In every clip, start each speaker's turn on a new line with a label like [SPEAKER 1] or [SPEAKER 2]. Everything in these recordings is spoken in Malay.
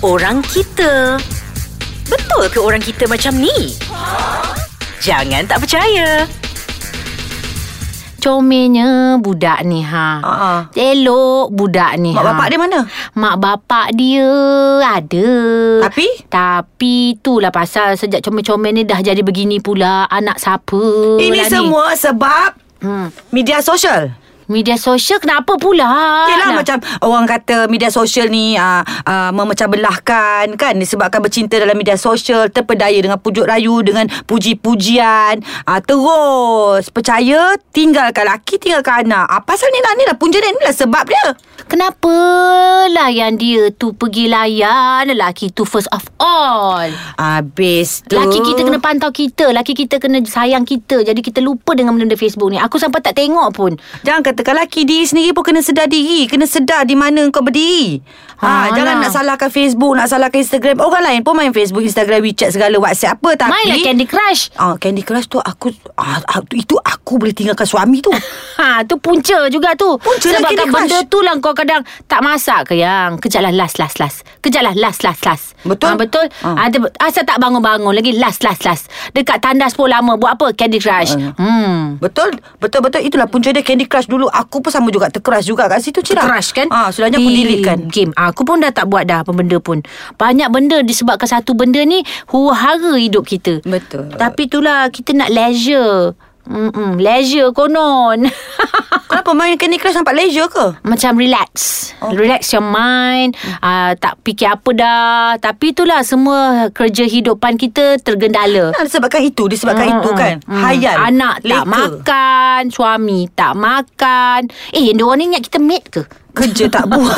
[SPEAKER 1] orang kita. Betul ke orang kita macam ni? Jangan tak percaya.
[SPEAKER 2] Comelnya budak ni
[SPEAKER 1] Ah,
[SPEAKER 2] ha.
[SPEAKER 1] ah.
[SPEAKER 2] Elok budak ni
[SPEAKER 1] Mak
[SPEAKER 2] ha.
[SPEAKER 1] bapak dia mana?
[SPEAKER 2] Mak bapak dia ada.
[SPEAKER 1] Tapi?
[SPEAKER 2] Tapi itulah pasal sejak comel-comel ni dah jadi begini pula. Anak siapa
[SPEAKER 1] Ini
[SPEAKER 2] lah
[SPEAKER 1] semua sebab
[SPEAKER 2] Ni? Hmm.
[SPEAKER 1] media sosial.
[SPEAKER 2] Media sosial kenapa pula?
[SPEAKER 1] Yelah
[SPEAKER 2] Nah.
[SPEAKER 1] lah, macam orang kata media sosial ni uh, uh, memecah belahkan kan disebabkan bercinta dalam media sosial terpedaya dengan pujuk rayu dengan puji-pujian uh, terus percaya tinggalkan laki tinggalkan anak apa pasal ni lah ni lah punca dia ni lah sebab dia
[SPEAKER 2] Kenapa layan dia tu pergi layan lelaki tu first of all?
[SPEAKER 1] habis tu
[SPEAKER 2] Laki kita kena pantau kita Laki kita kena sayang kita Jadi kita lupa dengan benda-benda Facebook ni Aku sampai tak tengok pun
[SPEAKER 1] Jangan katakan laki diri sendiri pun kena sedar diri. Kena sedar di mana kau berdiri. Ha,
[SPEAKER 2] Ha,
[SPEAKER 1] jangan
[SPEAKER 2] lah.
[SPEAKER 1] nak salahkan Facebook, nak salahkan Instagram. Orang lain pun main Facebook, Instagram, WeChat segala, WhatsApp apa. Tapi...
[SPEAKER 2] Mainlah lah Candy Crush
[SPEAKER 1] Ah, Candy Crush tu aku ah, ah, tu- itu aku boleh tinggalkan suami tu.
[SPEAKER 2] Ha, tu punca juga tu.
[SPEAKER 1] Punca lah
[SPEAKER 2] Sebab
[SPEAKER 1] Candy
[SPEAKER 2] kan
[SPEAKER 1] Crush.
[SPEAKER 2] benda tu lah kau kadang tak masak ke yang. Kejap lah last, last, last. Kejap lah last, last, last.
[SPEAKER 1] Betul.
[SPEAKER 2] Ha, betul.
[SPEAKER 1] Ha.
[SPEAKER 2] Ha. Ada, asal tak bangun-bangun lagi last, last, last. Dekat tandas pun lama. Buat apa? Candy
[SPEAKER 1] Ha,
[SPEAKER 2] Crush.
[SPEAKER 1] ya.
[SPEAKER 2] Hmm.
[SPEAKER 1] betul, betul, betul. Itulah punca dia Candy Crush dulu. Aku pun sama juga terkeras juga kat situ Cira.
[SPEAKER 2] Crush kan
[SPEAKER 1] Ah, sudahnya aku
[SPEAKER 2] Di
[SPEAKER 1] delete kan.
[SPEAKER 2] Game Ah, Aku pun dah tak buat dah apa Benda pun Banyak benda Disebabkan satu benda ni Huru-hara hidup kita
[SPEAKER 1] Betul.
[SPEAKER 2] Tapi itulah Kita nak leisure Mm-mm, Leisure konon
[SPEAKER 1] Kenapa main Candy Crush nampak leisure ke?
[SPEAKER 2] Macam relax oh. Relax your mind uh, Tak fikir apa dah Tapi itulah Semua kerja hidupan kita Tergendala
[SPEAKER 1] Nah, disebabkan itu, disebabkan
[SPEAKER 2] Mm,
[SPEAKER 1] itu kan.
[SPEAKER 2] mm.
[SPEAKER 1] Hayal.
[SPEAKER 2] Anak tak
[SPEAKER 1] leka.
[SPEAKER 2] makan Suami tak makan Eh diorang ni ingat kita mate ke?
[SPEAKER 1] Kerja tak buat.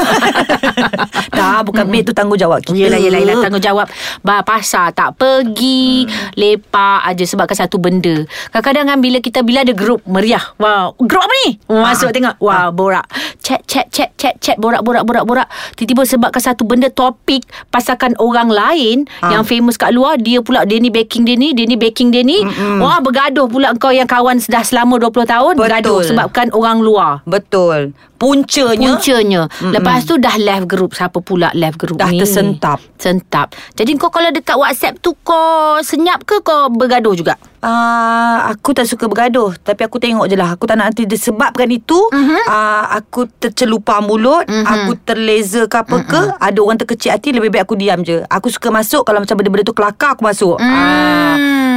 [SPEAKER 1] tak, bukan mate tu tanggungjawab kita.
[SPEAKER 2] Yelah, yelah, yelah Tanggungjawab ba, Pasar tak pergi hmm. Lepak aja Sebabkan satu benda Kadang-kadang kan Bila kita Bila ada grup Meriah Wow Grup apa ni Masuk tengok Wow borak Chat chat chat chat chat Borak borak borak borak Tiba-tiba sebabkan satu benda Topik Pasakan orang lain
[SPEAKER 1] Ah.
[SPEAKER 2] Yang famous kat luar Dia pula Dia ni baking dia ni Dia ni baking dia ni Mm-mm. Wah bergaduh pula Kau yang kawan Dah selama 20 tahun
[SPEAKER 1] Betul.
[SPEAKER 2] Bergaduh Sebabkan orang luar
[SPEAKER 1] Betul. Puncanya.
[SPEAKER 2] Puncanya Mm-mm. Lepas tu dah left group Siapa pula left group
[SPEAKER 1] Dah
[SPEAKER 2] ni
[SPEAKER 1] tersentap.
[SPEAKER 2] Sentap Jadi kau kalau dekat WhatsApp tu Kau senyap ke kau bergaduh juga?
[SPEAKER 1] Uh, aku tak suka bergaduh Tapi aku tengok je lah Aku tak nak nanti disebabkan itu
[SPEAKER 2] Mhm.
[SPEAKER 1] uh-huh. uh, Aku tercelupar mulut uh-huh. Aku terleza ke apa ke
[SPEAKER 2] Mhm.
[SPEAKER 1] uh-huh. Ada orang terkecil hati Lebih baik aku diam je Aku suka masuk Kalau macam benda-benda tu kelakar Aku masuk mm. uh,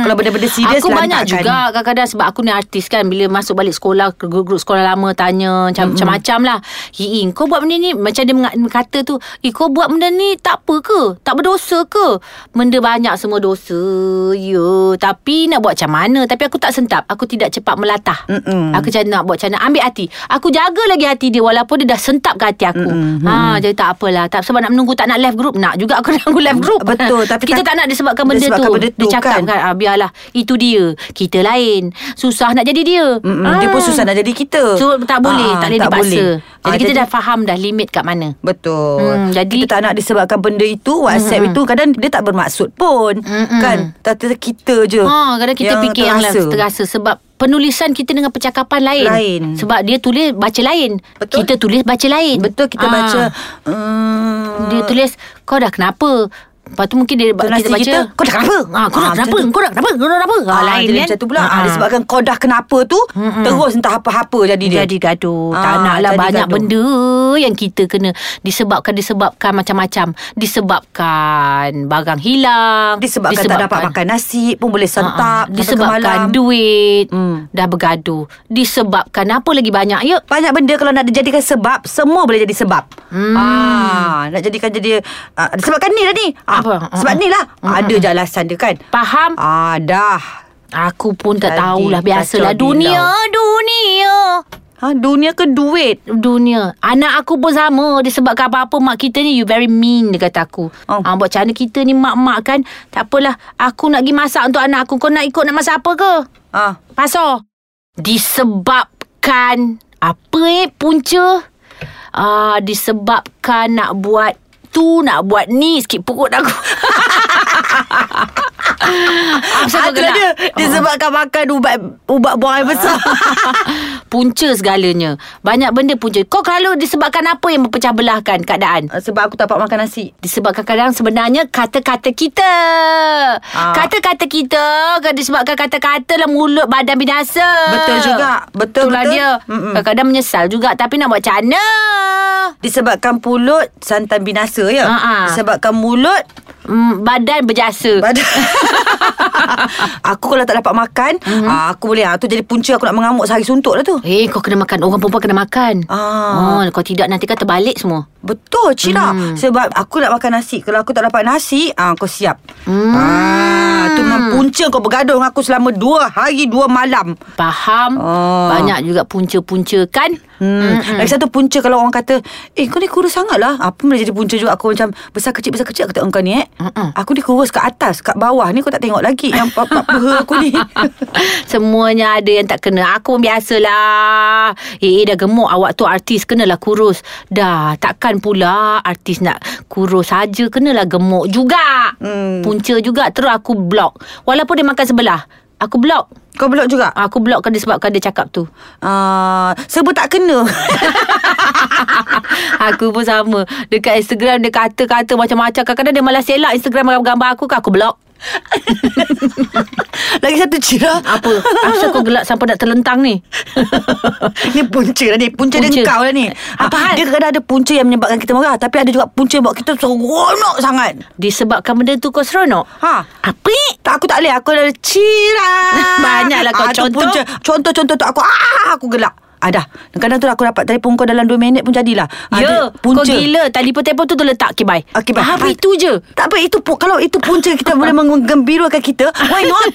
[SPEAKER 1] Kalau benda-benda serius
[SPEAKER 2] Hmm. Aku banyak
[SPEAKER 1] lantakkan.
[SPEAKER 2] juga Kadang-kadang sebab aku ni artis kan Bila masuk balik sekolah ke Grup-grup sekolah lama Tanya macam- macam-macam lah Hiin kau buat benda ni Macam dia menga- kata tu Eh kau buat benda ni Tak apa ke? Tak berdosa ke? Benda banyak semua dosa Ya Tapi nak buat macam mana Tapi aku tak sentap Aku tidak cepat melatah
[SPEAKER 1] Mm-mm.
[SPEAKER 2] Aku macam nak buat macam mana Ambil hati Aku jaga lagi hati dia Walaupun dia dah sentap ke hati aku ha, Jadi tak apalah tak, Sebab nak menunggu tak nak left group Nak juga aku menunggu left group
[SPEAKER 1] Betul, tapi
[SPEAKER 2] Kita
[SPEAKER 1] kan-
[SPEAKER 2] tak nak disebabkan benda
[SPEAKER 1] disebabkan
[SPEAKER 2] tu
[SPEAKER 1] benda tu,
[SPEAKER 2] Dia cakap
[SPEAKER 1] kan?
[SPEAKER 2] kan ah, Biarlah Itu dia Kita lain Susah nak jadi dia Ah,
[SPEAKER 1] Mm-mm. Dia pun susah nak jadi kita
[SPEAKER 2] So tak
[SPEAKER 1] Ah,
[SPEAKER 2] boleh Tak boleh dipaksa Jadi
[SPEAKER 1] Ah,
[SPEAKER 2] kita dah faham dah Limit kat mana
[SPEAKER 1] Betul.
[SPEAKER 2] Hmm,
[SPEAKER 1] jadi
[SPEAKER 2] jadi- Hmm.
[SPEAKER 1] kita tak nak disebabkan benda itu WhatsApp mm-hmm. itu kadang dia tak bermaksud pun mm-hmm.
[SPEAKER 2] Mm-mm.
[SPEAKER 1] kan. Tata kita je.
[SPEAKER 2] Ha, kadang kita fikir yang lain
[SPEAKER 1] terasa.
[SPEAKER 2] terasa sebab penulisan kita dengan percakapan lain.
[SPEAKER 1] Lain.
[SPEAKER 2] Sebab dia tulis baca lain.
[SPEAKER 1] Betul.
[SPEAKER 2] Kita tulis baca lain.
[SPEAKER 1] Betul kita
[SPEAKER 2] Ah.
[SPEAKER 1] baca mm,
[SPEAKER 2] Dia tulis Kau dah kenapa Lepas tu mungkin dia
[SPEAKER 1] Tonasi
[SPEAKER 2] kita baca
[SPEAKER 1] kita, "Kau dah kenapa?"
[SPEAKER 2] ha, Kau dah
[SPEAKER 1] Ah,
[SPEAKER 2] kenapa
[SPEAKER 1] macam tu.
[SPEAKER 2] Kau dah kenapa Kau dah kenapa ha,
[SPEAKER 1] Ah,
[SPEAKER 2] Lain
[SPEAKER 1] jadi
[SPEAKER 2] kan
[SPEAKER 1] macam tu pula ah, Disebabkan kau dah kenapa tu mm Terus entah apa-apa jadi dia
[SPEAKER 2] jadi gaduh
[SPEAKER 1] Ah,
[SPEAKER 2] Tak nak lah
[SPEAKER 1] jadi
[SPEAKER 2] banyak
[SPEAKER 1] gaduh.
[SPEAKER 2] benda Yang kita kena Disebabkan-disebabkan macam-macam Disebabkan Barang hilang
[SPEAKER 1] disebabkan, tak dapat makan nasi Pun boleh
[SPEAKER 2] Ah, ah.
[SPEAKER 1] sentap sampai ke malam.
[SPEAKER 2] Disebabkan duit
[SPEAKER 1] Hmm.
[SPEAKER 2] Dah bergaduh Disebabkan apa lagi banyak ya
[SPEAKER 1] Banyak benda kalau nak dijadikan sebab Semua boleh jadi sebab hmm. ah, Nak jadikan jadi ah, Sebabkan ni lah ni ah,
[SPEAKER 2] Apa?
[SPEAKER 1] Sebab ni lah Ada je alasan dia kan
[SPEAKER 2] Faham?
[SPEAKER 1] Ah dah
[SPEAKER 2] Aku pun tak
[SPEAKER 1] Jadi
[SPEAKER 2] tahulah Biasalah
[SPEAKER 1] kacau
[SPEAKER 2] dunia Dunia
[SPEAKER 1] ha, Dunia ke duit
[SPEAKER 2] dunia Anak aku pun sama Disebabkan apa-apa Mak kita ni You very mean Dia kata aku
[SPEAKER 1] Oh.
[SPEAKER 2] oh. ha, Buat macam mana kita ni Mak-mak kan Tak apalah Aku nak pergi masak Untuk anak aku Kau nak ikut nak masak apa ke
[SPEAKER 1] ah,
[SPEAKER 2] Pasal Disebabkan Apa eh Punca Ah, Disebabkan nak buat tu nak buat ni sikit perut aku. Apa Ah,
[SPEAKER 1] Oh. Itulah dia Disebabkan makan ubat Ubat buang air besar
[SPEAKER 2] punca segalanya. Banyak benda punca. Kau kalau disebabkan apa yang mempecah belahkan keadaan?
[SPEAKER 1] Ah, Sebab aku tak dapat makan nasi
[SPEAKER 2] Disebabkan kadang sebenarnya kata-kata kita.
[SPEAKER 1] Ah.
[SPEAKER 2] Kata-kata kita kan disebabkan kata-kata lah mulut badan binasa.
[SPEAKER 1] Betul juga. Betul,
[SPEAKER 2] Itulah
[SPEAKER 1] betul.
[SPEAKER 2] dia.
[SPEAKER 1] Mm-mm.
[SPEAKER 2] Kadang-kadang menyesal juga tapi nak buat macam mana?
[SPEAKER 1] Disebabkan pulut Santan binasa ya
[SPEAKER 2] Ha, ha.
[SPEAKER 1] Disebabkan mulut
[SPEAKER 2] Mm, badan berjasa.
[SPEAKER 1] Badan Aku kalau tak dapat makan mm-hmm. Aku boleh ah, tu jadi punca aku nak mengamuk Sehari suntuk lah tu
[SPEAKER 2] Eh kau kena makan Orang perempuan kena makan
[SPEAKER 1] Ah.
[SPEAKER 2] oh, Kalau tidak nanti kan terbalik semua
[SPEAKER 1] Betul Cira hmm. Sebab aku nak makan nasi Kalau aku tak dapat nasi ah Kau siap
[SPEAKER 2] Hmm.
[SPEAKER 1] ah, Tu memang punca kau bergaduh dengan aku Selama dua hari dua malam
[SPEAKER 2] Faham
[SPEAKER 1] Ah.
[SPEAKER 2] Banyak juga punca-punca kan
[SPEAKER 1] Hmm. Lagi satu punca kalau orang kata Eh kau ni kurus sangat lah Apa boleh jadi punca juga Aku macam Besar kecil besar kecil Aku tengok kau ni eh
[SPEAKER 2] Mm-mm.
[SPEAKER 1] Aku ni kurus kat atas Kat bawah ni kau tak tengok lagi Yang pa- pa- paha aku ni
[SPEAKER 2] Semuanya ada yang tak kena Aku pun biasalah Eh, eh dah gemuk Awak tu artis Kenalah kurus Dah takkan pula Artis nak kurus saja Kenalah gemuk juga
[SPEAKER 1] Hmm.
[SPEAKER 2] Punca juga Terus aku block Walaupun dia makan sebelah Aku block
[SPEAKER 1] Kau belok juga
[SPEAKER 2] Aku block kan disebabkan dia cakap tu
[SPEAKER 1] uh, Serba tak kena
[SPEAKER 2] Aku pun sama Dekat Instagram Dia kata-kata macam-macam Kadang-kadang dia malah selak Instagram gambar-gambar aku kan Aku block
[SPEAKER 1] Lagi satu Cira
[SPEAKER 2] Apa Asal kau gelak Sampai nak terlentang ni
[SPEAKER 1] Ni punca lah ni Punca, punca. dia
[SPEAKER 2] Punca.
[SPEAKER 1] kau lah ni
[SPEAKER 2] Apa hal?
[SPEAKER 1] Dia kadang ada punca yang menyebabkan kita marah Tapi ada juga punca yang buat kita seronok sangat
[SPEAKER 2] Disebabkan benda tu kau seronok
[SPEAKER 1] Ha
[SPEAKER 2] Apa
[SPEAKER 1] tak, aku tak boleh Aku ada cira
[SPEAKER 2] Banyaklah kau
[SPEAKER 1] tu
[SPEAKER 2] contoh.
[SPEAKER 1] punca. Contoh-contoh tu aku ah, Aku gelak Ah dah Kadang tu aku dapat telefon kau dalam 2 minit pun jadilah Ah, dia
[SPEAKER 2] Ya Kau gila Telefon-telefon tu tu letak kibai
[SPEAKER 1] Ah, kibai.
[SPEAKER 2] Apa
[SPEAKER 1] Ah.
[SPEAKER 2] itu je
[SPEAKER 1] Tak apa itu pu- Kalau itu punca kita boleh menggembirakan kita Why not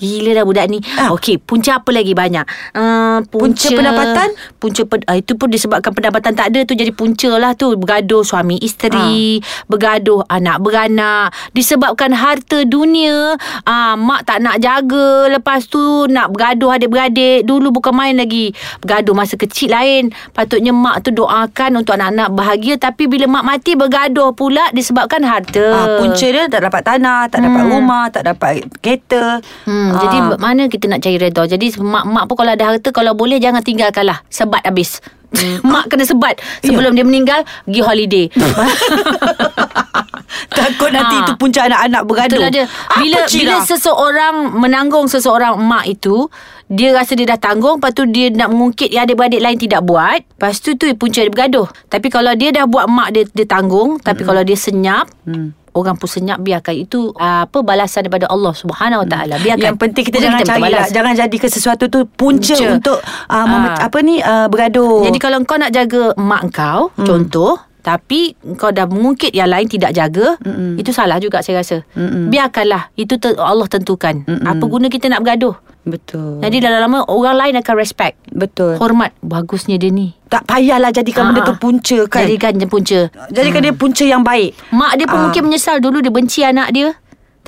[SPEAKER 2] Gila dah budak ni
[SPEAKER 1] Ah.
[SPEAKER 2] ah. Okey Punca apa lagi banyak uh,
[SPEAKER 1] Punca pendapatan?
[SPEAKER 2] Punca pen, ah, Itu pun disebabkan pendapatan tak ada tu Jadi punca lah tu Bergaduh suami isteri
[SPEAKER 1] Ah.
[SPEAKER 2] Bergaduh anak beranak Disebabkan harta dunia ah, Mak tak nak jaga Lepas tu nak bergaduh adik-beradik Dulu bukan main lagi Bergaduh masa kecil lain Patutnya mak tu doakan Untuk anak-anak bahagia Tapi bila mak mati Bergaduh pula Disebabkan harta
[SPEAKER 1] ah, Punca dia tak dapat tanah Tak dapat rumah Tak dapat kereta
[SPEAKER 2] Hmm,
[SPEAKER 1] Ah.
[SPEAKER 2] Jadi mana kita nak cari redha Jadi mak-mak pun kalau ada harta Kalau boleh jangan tinggalkan lah Sebat habis
[SPEAKER 1] Hmm.
[SPEAKER 2] Mak kena sebat
[SPEAKER 1] Ya.
[SPEAKER 2] Sebelum dia meninggal Pergi holiday
[SPEAKER 1] Takut nanti
[SPEAKER 2] Ah.
[SPEAKER 1] itu punca anak-anak bergaduh
[SPEAKER 2] Itulah dia Bila,
[SPEAKER 1] Apa lah?
[SPEAKER 2] bila
[SPEAKER 1] Cira?
[SPEAKER 2] seseorang Menanggung seseorang Mak itu Dia rasa dia dah tanggung Lepas tu dia nak mengungkit Yang adik-beradik lain tidak buat Lepas tu tu punca dia bergaduh Tapi kalau dia dah buat Mak dia, dia tanggung
[SPEAKER 1] Hmm.
[SPEAKER 2] Tapi kalau dia senyap Orang pun senyap biarkan Itu ah, apa balasan daripada Allah Subhanahu Wa Taala
[SPEAKER 1] Yang
[SPEAKER 2] Biarkan
[SPEAKER 1] penting kita
[SPEAKER 2] Bukan
[SPEAKER 1] jangan
[SPEAKER 2] minta
[SPEAKER 1] cari lah.
[SPEAKER 2] balas.
[SPEAKER 1] Jangan jadikan sesuatu tu punca,
[SPEAKER 2] Punca.
[SPEAKER 1] untuk uh, mem-
[SPEAKER 2] Ah.
[SPEAKER 1] apa ni uh, bergaduh.
[SPEAKER 2] Jadi kalau kau nak jaga mak kau hmm. Contoh tapi kau dah mengungkit yang lain tidak jaga Mm-mm. itu salah juga saya rasa Mm-mm. biarkanlah itu te- Allah tentukan Mm-mm. apa guna kita nak bergaduh
[SPEAKER 1] betul.
[SPEAKER 2] jadi dalam lama orang lain akan respect
[SPEAKER 1] betul.
[SPEAKER 2] hormat bagusnya dia ni
[SPEAKER 1] Tak payahlah jadikan benda
[SPEAKER 2] Ah,
[SPEAKER 1] tu
[SPEAKER 2] Hmm. ah.
[SPEAKER 1] punca kan. Jadi,
[SPEAKER 2] jadikan dia punca
[SPEAKER 1] jadikan dia punca yang baik.
[SPEAKER 2] mak dia pun
[SPEAKER 1] Ah.
[SPEAKER 2] mungkin menyesal dulu dia benci anak dia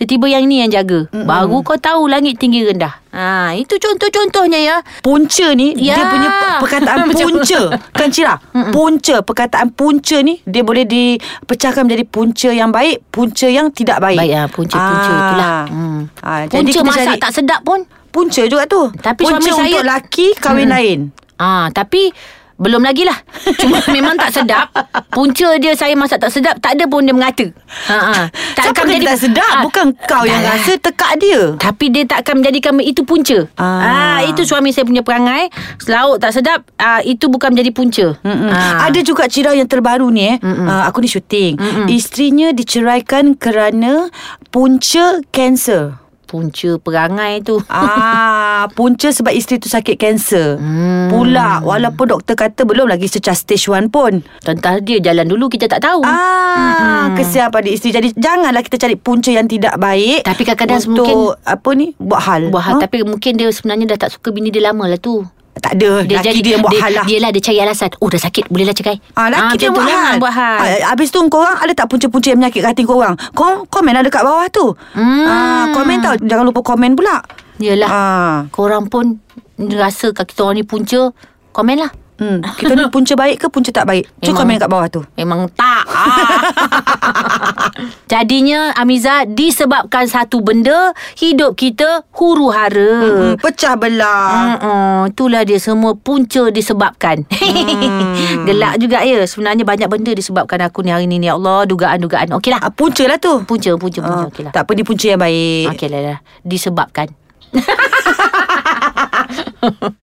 [SPEAKER 2] tiba-tiba yang ni yang jaga Mm-mm. baru kau tahu langit tinggi rendah ha itu contoh-contonnya ya
[SPEAKER 1] Punca ni
[SPEAKER 2] Ya.
[SPEAKER 1] dia punya pe- perkataan
[SPEAKER 2] Macam-
[SPEAKER 1] punca kan Cira? Punca perkataan punca ni dia boleh dipecahkan menjadi punca yang baik, punca yang tidak baik.
[SPEAKER 2] baik ah punca-punca
[SPEAKER 1] Ah.
[SPEAKER 2] itulah hmm.
[SPEAKER 1] Ah, jadi
[SPEAKER 2] punca
[SPEAKER 1] kita
[SPEAKER 2] masak
[SPEAKER 1] jadi-
[SPEAKER 2] tak sedap pun
[SPEAKER 1] Punca juga tu.
[SPEAKER 2] Tapi
[SPEAKER 1] punca
[SPEAKER 2] suami saya-
[SPEAKER 1] untuk laki kahwin lain.
[SPEAKER 2] Ah, tapi belum lagi lah Cuma memang tak sedap Punca dia saya masak tak sedap Tak ada pun dia mengata ha, ha.
[SPEAKER 1] Siapa
[SPEAKER 2] akan
[SPEAKER 1] kata
[SPEAKER 2] menjadi-
[SPEAKER 1] tak sedap?
[SPEAKER 2] Ah,
[SPEAKER 1] Bukan kau yang
[SPEAKER 2] tak lah.
[SPEAKER 1] rasa tekak dia.
[SPEAKER 2] Tapi dia tak akan menjadikan Itu punca
[SPEAKER 1] Ah.
[SPEAKER 2] ah. Itu suami saya punya perangai Lauk tak sedap ah, Itu bukan menjadi punca Ah.
[SPEAKER 1] Ha. Ada juga cerita yang terbaru ni eh. Uh, aku ni syuting. Mm-mm. Isterinya diceraikan kerana punca kanser.
[SPEAKER 2] Punca perangai tu
[SPEAKER 1] Ah, punca sebab isteri tu sakit kanser. Hmm. Pula walaupun doktor kata belum lagi secara stage 1 pun.
[SPEAKER 2] Tentang dia jalan dulu Kita tak tahu
[SPEAKER 1] Ah, hmm. kesian pada isteri. Jadi janganlah kita cari punca yang tidak baik.
[SPEAKER 2] Tapi kadang-kadang
[SPEAKER 1] untuk apa ni? Buat hal.
[SPEAKER 2] Buat hal
[SPEAKER 1] Ha?
[SPEAKER 2] Tapi mungkin dia sebenarnya Dah tak suka bini dia lama lah tu
[SPEAKER 1] tak ada. Dia laki dia yang buat
[SPEAKER 2] dia,
[SPEAKER 1] hal lah.
[SPEAKER 2] Dia lah dia cari alasan Oh dah sakit Bolehlah cekai
[SPEAKER 1] Ah, laki ah, dia
[SPEAKER 2] macam tu,
[SPEAKER 1] buat
[SPEAKER 2] memang
[SPEAKER 1] hal.
[SPEAKER 2] buat hal.
[SPEAKER 1] Ah, habis tu korang ada tak punca-punca yang menyakitkan hati korang? Kom komen ada kat bawah tu.
[SPEAKER 2] Hmm. Lah.
[SPEAKER 1] Ah, komen tau. Jangan lupa komen pula.
[SPEAKER 2] Yelah
[SPEAKER 1] Ah.
[SPEAKER 2] Korang pun Rasa kaki orang ni punca Komen lah Eh,
[SPEAKER 1] Hmm. Kita ni punca baik ke punca tak baik? Cuba
[SPEAKER 2] Memang.
[SPEAKER 1] komen kat bawah tu.
[SPEAKER 2] Memang tak ah. Jadinya Amiza disebabkan satu benda hidup kita huru hara.
[SPEAKER 1] Hmm, pecah belah.
[SPEAKER 2] Uh-uh, itulah dia semua punca disebabkan
[SPEAKER 1] Hmm.
[SPEAKER 2] Gelak juga ya Sebenarnya banyak benda disebabkan aku ni hari ni ni Ya Allah dugaan-dugaan Okey lah
[SPEAKER 1] Ah, punca lah tu.
[SPEAKER 2] Punca punca punca
[SPEAKER 1] Ah,
[SPEAKER 2] Okey lah
[SPEAKER 1] tak apa dipunca yang baik.
[SPEAKER 2] Okey lah, lah Disebabkan